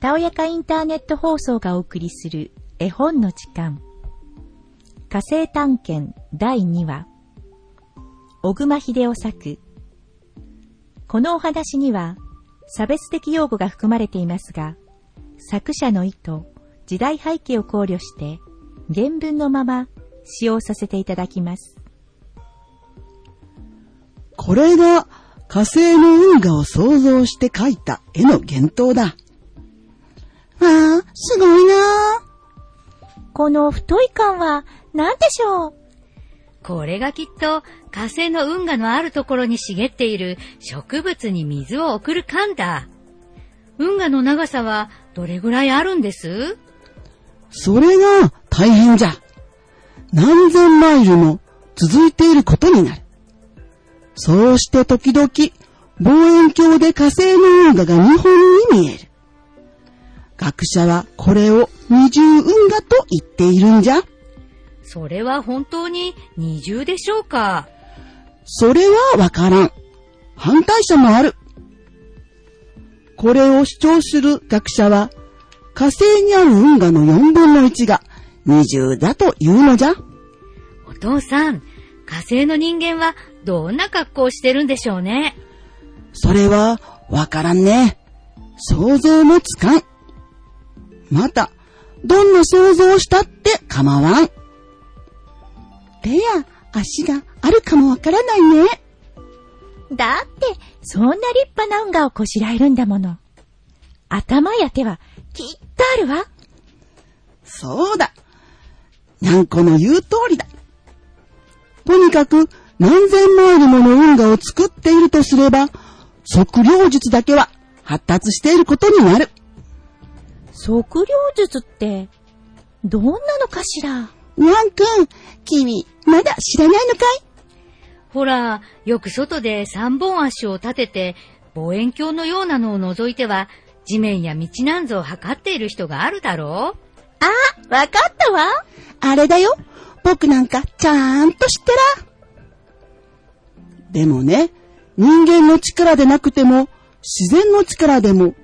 たおやかインターネット放送がお送りする絵本の時間。火星探検第2話。小熊秀夫作。このお話には差別的用語が含まれていますが、作者の意図、時代背景を考慮して原文のまま使用させていただきます。これが火星の運河を想像して描いた絵の幻灯だ。わあ、すごいなこの太い感は何でしょうこれがきっと火星の運河のあるところに茂っている植物に水を送る缶だ。運河の長さはどれぐらいあるんですそれが大変じゃ。何千マイルも続いていることになる。そうして時々、望遠鏡で火星の運河が日本に見える。学者はこれを二重運河と言っているんじゃ。それは本当に二重でしょうかそれはわからん。反対者もある。これを主張する学者は、火星にある運河の4分の1が20だというのじゃ。お父さん、火星の人間はどんな格好をしてるんでしょうね。それはわからんね。想像もつかん。また、どんな想像をしたって構わん。手や足があるかもわからないね。だって、そんな立派な運河をこしらえるんだもの。頭や手はきっとあるわ。そうだ。にゃんこの言う通りだ。とにかく何千マイルもの運河を作っているとすれば、測量術だけは発達していることになる。測量術って、どんなのかしらにゃんくん、君、まだ知らないのかいほら、よく外で三本足を立てて望遠鏡のようなのを覗いては地面や道なんぞを測っている人があるだろう。あ、わかったわ。あれだよ。僕なんかちゃんと知ってら。でもね、人間の力でなくても、自然の力でも、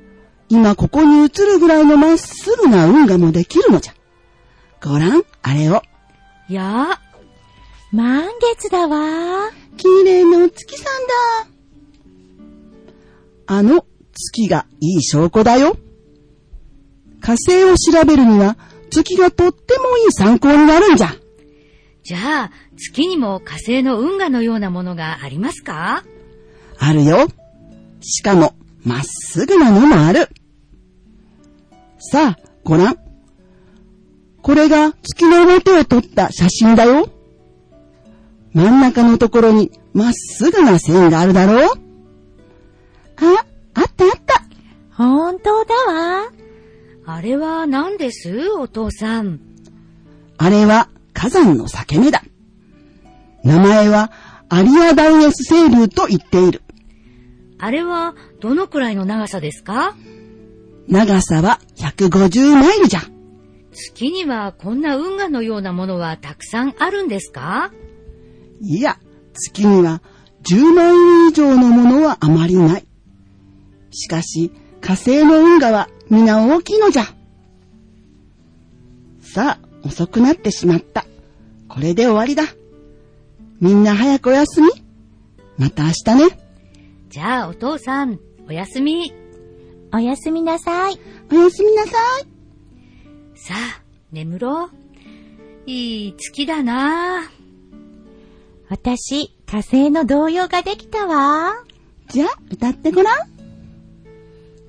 今ここに映るぐらいのまっすぐな運河もできるのじゃ。ごらん、あれを。いや、満月だわ。綺麗なお月さんだ。あの月がいい証拠だよ。火星を調べるには月がとってもいい参考になるんじゃ。じゃあ、月にも火星の運河のようなものがありますかあるよ。しかも、まっすぐなのもある。さあ、ご覧。これが月の表を撮った写真だよ。真ん中のところにまっすぐな線があるだろう。あ、あったあった。本当だわ。あれは何ですお父さん。あれは火山の裂け目だ。名前はアリアダイエス清流と言っている。あれはどのくらいの長さですか長さは150マイルじゃ。月にはこんな運河のようなものはたくさんあるんですかいや、月には10マイル以上のものはあまりない。しかし、火星の運河は皆大きいのじゃ。さあ、遅くなってしまった。これで終わりだ。みんな早くお休み。また明日ね。じゃあお父さん、おやすみ。おやすみなさい。おやすみなさい。さあ、眠ろう。いい月だなあ私、火星の童謡ができたわ。じゃあ、歌ってごらん。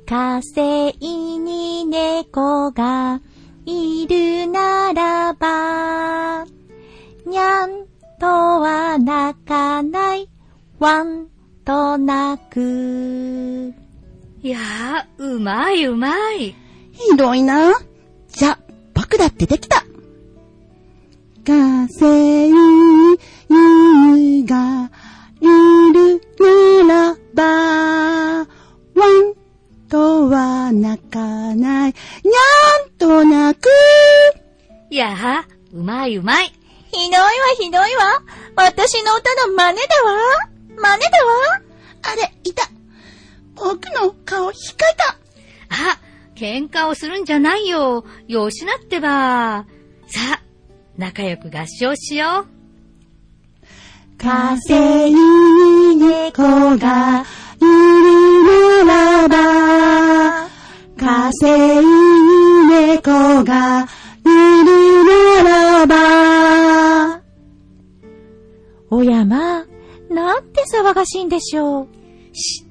火星に猫がいるならば、にゃんとは泣かない、わんと泣く。いやあ、うまいうまい。ひどいな。じゃあ、僕だってできた。火星に犬がいるならば、ワンとは泣かない、にゃんと泣く。いやあ、うまいうまい。ひどいわひどいわ。私の歌の真似だわ。真似だわ。あれ引っかいたあ、喧嘩をするんじゃないよ。よしなってば。さあ、仲良く合唱しよ風に猫がいるならば、風に猫がいるならば、おやま、なんて騒がしいんでしょう。う。し、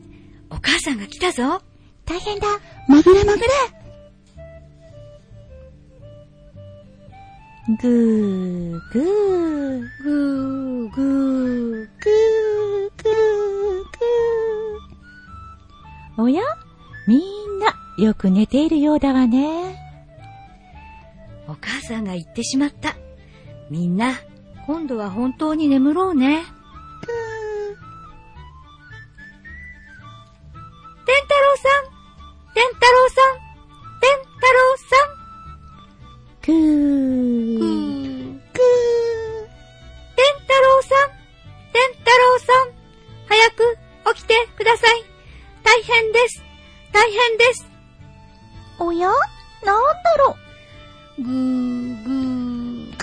お母さんが来たぞ。大変だ。まぐれまぐれぐーぐー。ぐー、ぐー。くーくーくおやみんな、よく寝ているようだわね。お母さんが言ってしまった。みんな、今度は本当に眠ろうね。天太郎さん天太郎さん天ぐ太郎さー。んくー天太郎さん天太郎さん早く起きてください大変です大変ですおやなんだろぐーぐーーく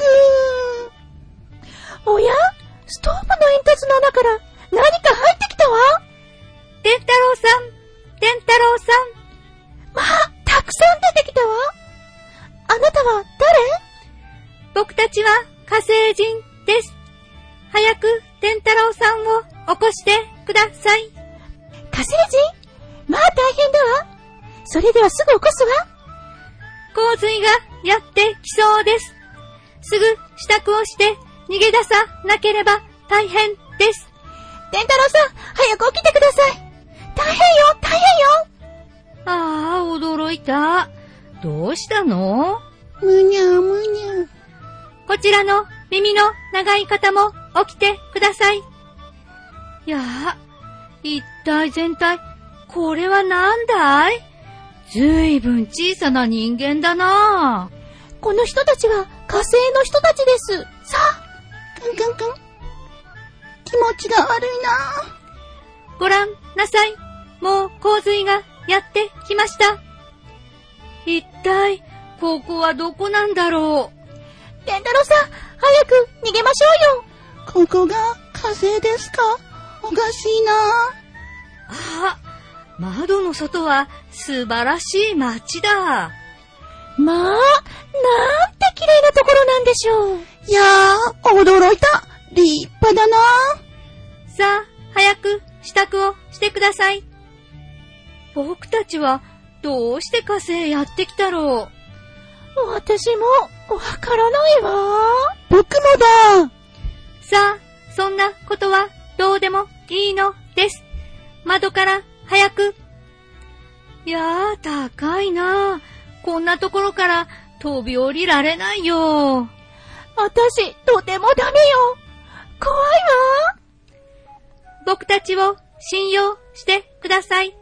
う。おやストーブの煙突の穴から何か入ってきたわ。天太郎さん天太郎さんまあ、たくさん出てきたわ。あなたは誰僕たちは火星人です。早く、天太郎さんを起こしてください。火星人まあ大変だわ。それではすぐ起こすわ。洪水がやってきそうです。すぐ支度をして逃げ出さなければ大変です。天太郎さん、早く起きてください。大変よ、大変よ。ああ、驚いた。どうしたのーむにゃむにゃ。こちらの耳の長い方も起きてください。いやあ、一体全体、これはなんだいずいぶん小さな人間だなあこの人たちは火星の人たちです。さあ、くんくんくん。気持ちが悪いなご覧なさい。もう洪水がやってきました。一体、ここはどこなんだろう天太郎さん、早く逃げましょうよ。ここが火星ですかおかしいなあ、窓の外は素晴らしい街だ。まあ、なんて綺麗なところなんでしょう。いやー、驚いた立派だなさあ、早く支度をしてください。僕たちはどうして火星やってきたろう私も、わからないわ。僕もださあ、そんなことはどうでもいいのです。窓から早く。いやー、高いなあこんなところから飛び降りられないよ。私、とてもダメよ。怖いわ。僕たちを信用してください。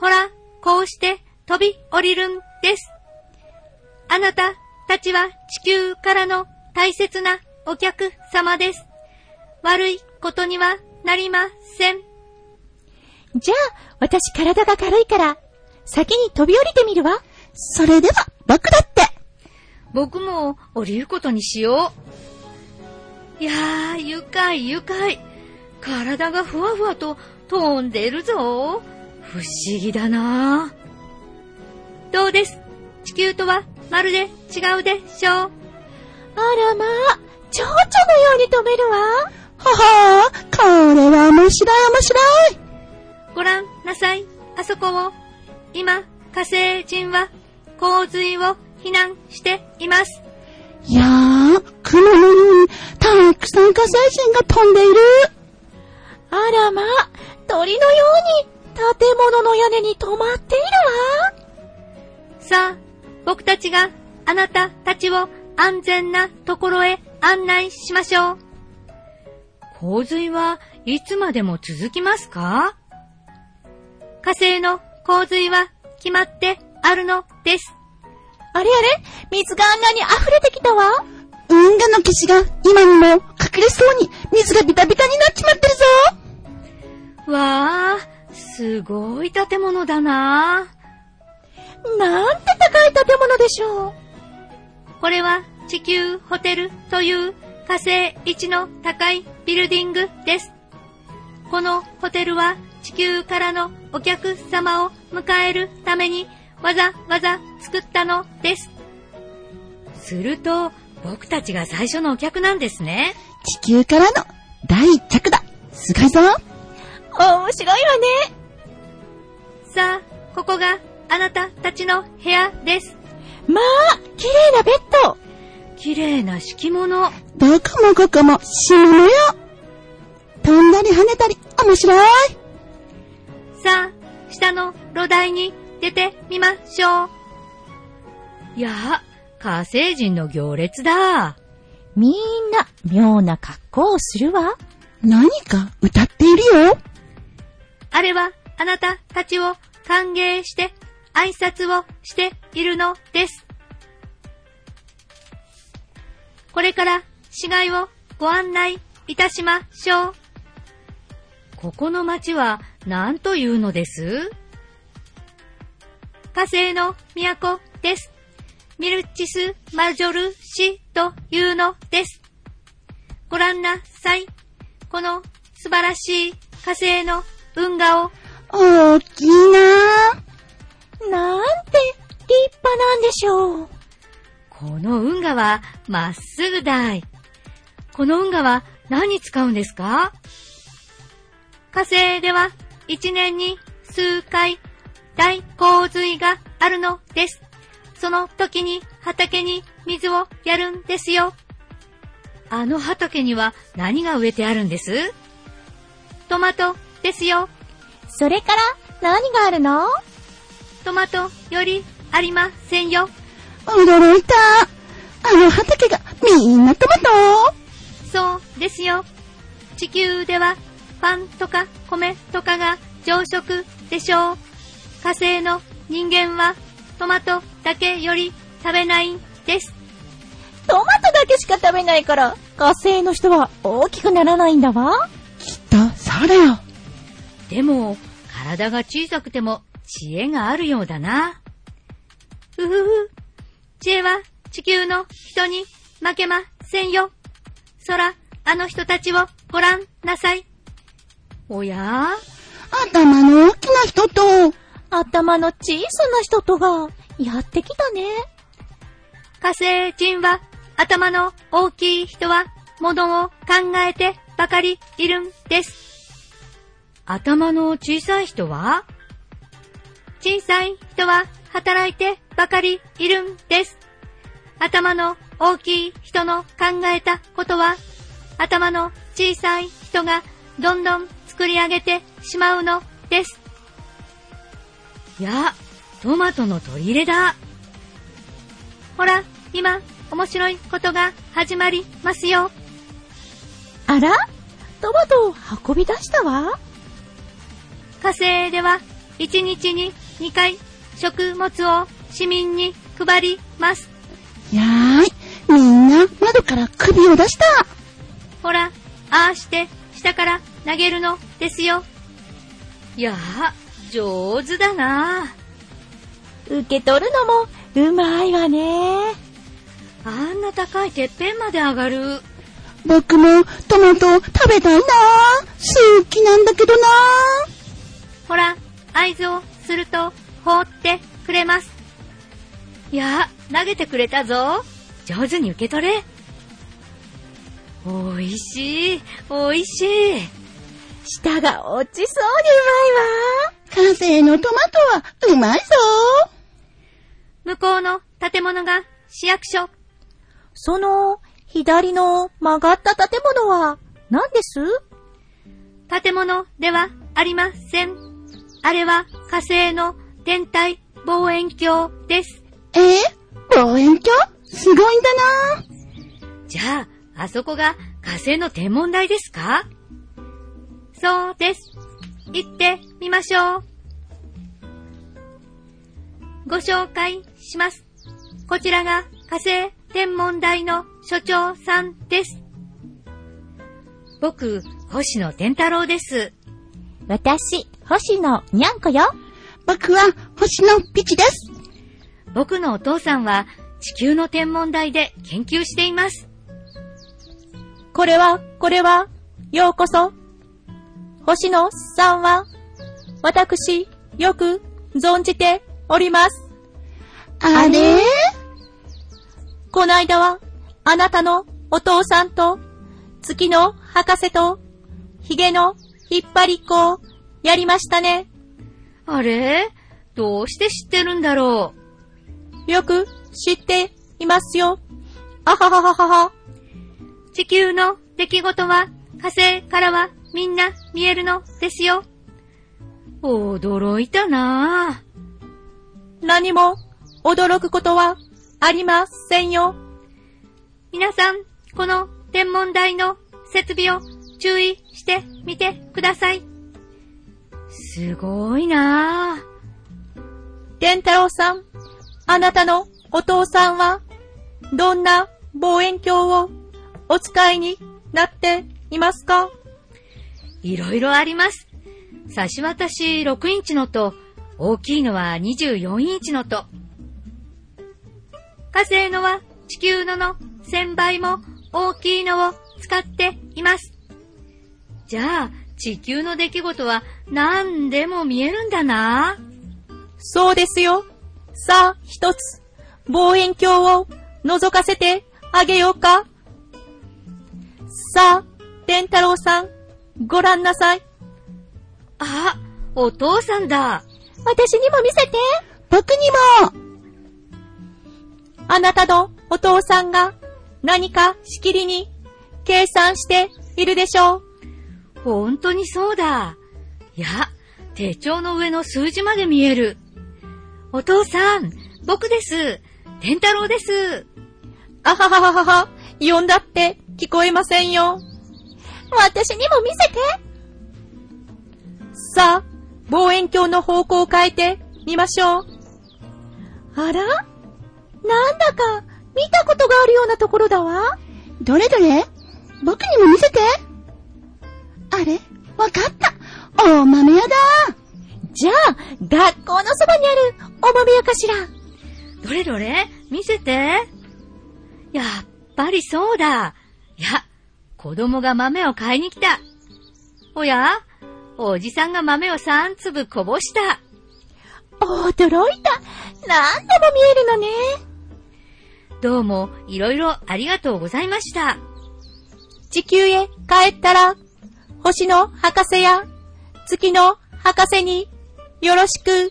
ほら、こうして飛び降りるんです。あなたたちは地球からの大切なお客様です。悪いことにはなりません。じゃあ、私体が軽いから、先に飛び降りてみるわ。それでは、僕だって僕も降りることにしよう。いやー、愉快愉快。体がふわふわと飛んでるぞ。不思議だなどうです地球とはまるで違うでしょう。あらまあ、蝶々のように飛べるわ。ははー、これは面白い面白いご覧なさい、あそこを。今、火星人は洪水を避難しています。いやー、雲のように、たくさん火星人が飛んでいるあらまあ、鳥のように建物の屋根に止まっているわ。さあ、僕たちがあなたたちを安全なところへ案内しましょう。洪水はいつまでも続きますか火星の洪水は決まってあるのです。あれあれ水があんなに溢れてきたわ。運河の岸が今にも隠れそうに水がビタビタになっちまってるぞわあ、すごい建物だななんて高い建物でしょう。これは地球ホテルという火星一の高いビルディングです。このホテルは地球からのお客様を迎えるためにわざわざ作ったのです。すると、僕たちが最初のお客なんですね。地球からの第1着だ菅井さん面白いわね。さあ、ここがあなたたちの部屋です。まあ、綺麗なベッド。綺麗な敷物。どこもここも死ぬのよ飛んだり跳ねたり面白いさあ、下の露台に出てみましょう。いや、火星人の行列だ。みんな、妙な格好をするわ。何か歌っているよあれはあなたたちを歓迎して挨拶をしているのです。これから市街をご案内いたしましょう。ここの町は何というのです火星の都です。ミルチス・マジョル市というのです。ご覧なさい。この素晴らしい火星の運河を大きいななんて、立派なんでしょう。この運河はまっすぐだい。この運河は何に使うんですか火星では一年に数回大洪水があるのです。その時に畑に水をやるんですよ。あの畑には何が植えてあるんですトマトですよ。それから、何があるのトマトよりありませんよ。驚いたあの畑がみんなトマトそうですよ。地球ではパンとか米とかが常食でしょう。火星の人間はトマトだけより食べないんです。トマトだけしか食べないから、火星の人は大きくならないんだわ。きっとそうだよでも、体が小さくても知恵があるようだな。うふふ。知恵は地球の人に負けませんよ。空、あの人たちをご覧なさい。おや頭の大きな人と頭の小さな人とが、やってきたね。火星人は頭の大きい人はものを考えてばかりいるんです。頭の小さい人は小さい人は働いてばかりいるんです。頭の大きい人の考えたことは頭の小さい人がどんどん作り上げてしまうのです。いや、トマトの取り入れだ。ほら、今、面白いことが始まりますよ。あらトマトを運び出したわ。火星では、1日に2回、食物を市民に配ります。やーいみんな窓から首を出したほら、ああして、下から投げるのですよ。いや上手だな受け取るのも、うまいわね。あんな高いてっぺんまで上がる。僕もトマト食べたいな好きなんだけどなほら、合図をすると、放ってくれます。いや、投げてくれたぞ。上手に受け取れ。おいしい、おいしい。舌が落ちそう火星のトマトはうまいぞ向こうの建物が市役所。にうまいわ。その、左の曲がった建物は、何です建物ではありません。あれは火星の天体望遠鏡です。えー、望遠鏡すごいんだなじゃあ、あそこが火星の天文台ですかそうです。行ってみましょう。ご紹介します。こちらが火星天文台の所長さんです。僕、星野天太郎です。私、星野にゃんこよ。僕は星野ピチです。僕のお父さんは地球の天文台で研究しています。これは、これは、ようこそ。星野さんは、私、よく、存じております。あれこないだは、あなたのお父さんと、月の博士と、ヒゲの引っ張りっこをやりましたね。あれどうして知ってるんだろう。よく知っていますよ。あははははは。地球の出来事は火星からはみんな見えるのですよ。驚いたなぁ。何も驚くことはありませんよ。皆さん、この天文台の設備を注意してみてください。すごいなぁ。伝太郎さん、あなたのお父さんは、どんな望遠鏡をお使いになっていますかいろいろあります。差し渡し6インチのと、大きいのは24インチのと。火星のは地球のの1000倍も大きいのを使っています。じゃあ、地球の出来事は何でも見えるんだな。そうですよ。さあ、一つ、望遠鏡を覗かせてあげようか。さあ、伝太郎さん、ご覧なさい。あ、お父さんだ。私にも見せて。僕にもあなたのお父さんが何かしきりに計算しているでしょう。本当にそうだ。いや、手帳の上の数字まで見える。お父さん、僕です。天太郎です。あははははは、呼んだって聞こえませんよ。私にも見せて。さあ、望遠鏡の方向を変えてみましょう。あらなんだか見たことがあるようなところだわ。どれどれ僕にも見せてあれわかった大豆屋だじゃあ、学校のそばにあるお豆屋かしら。どれどれ見せて。やっぱりそうだ。いや、子供が豆を買いに来た。おやおじさんが豆を3粒こぼした。驚いた。何でも見えるのね。どうも、いろいろありがとうございました。地球へ帰ったら、星の博士や月の博士によろしく。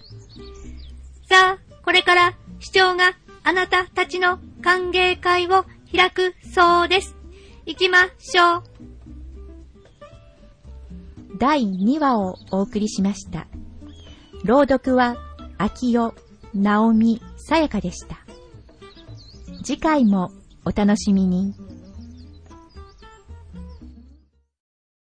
さあ、これから市長があなたたちの歓迎会を開くそうです。行きましょう。第2話をお送りしました。朗読は、秋代、直美、さやかでした。次回もお楽しみに。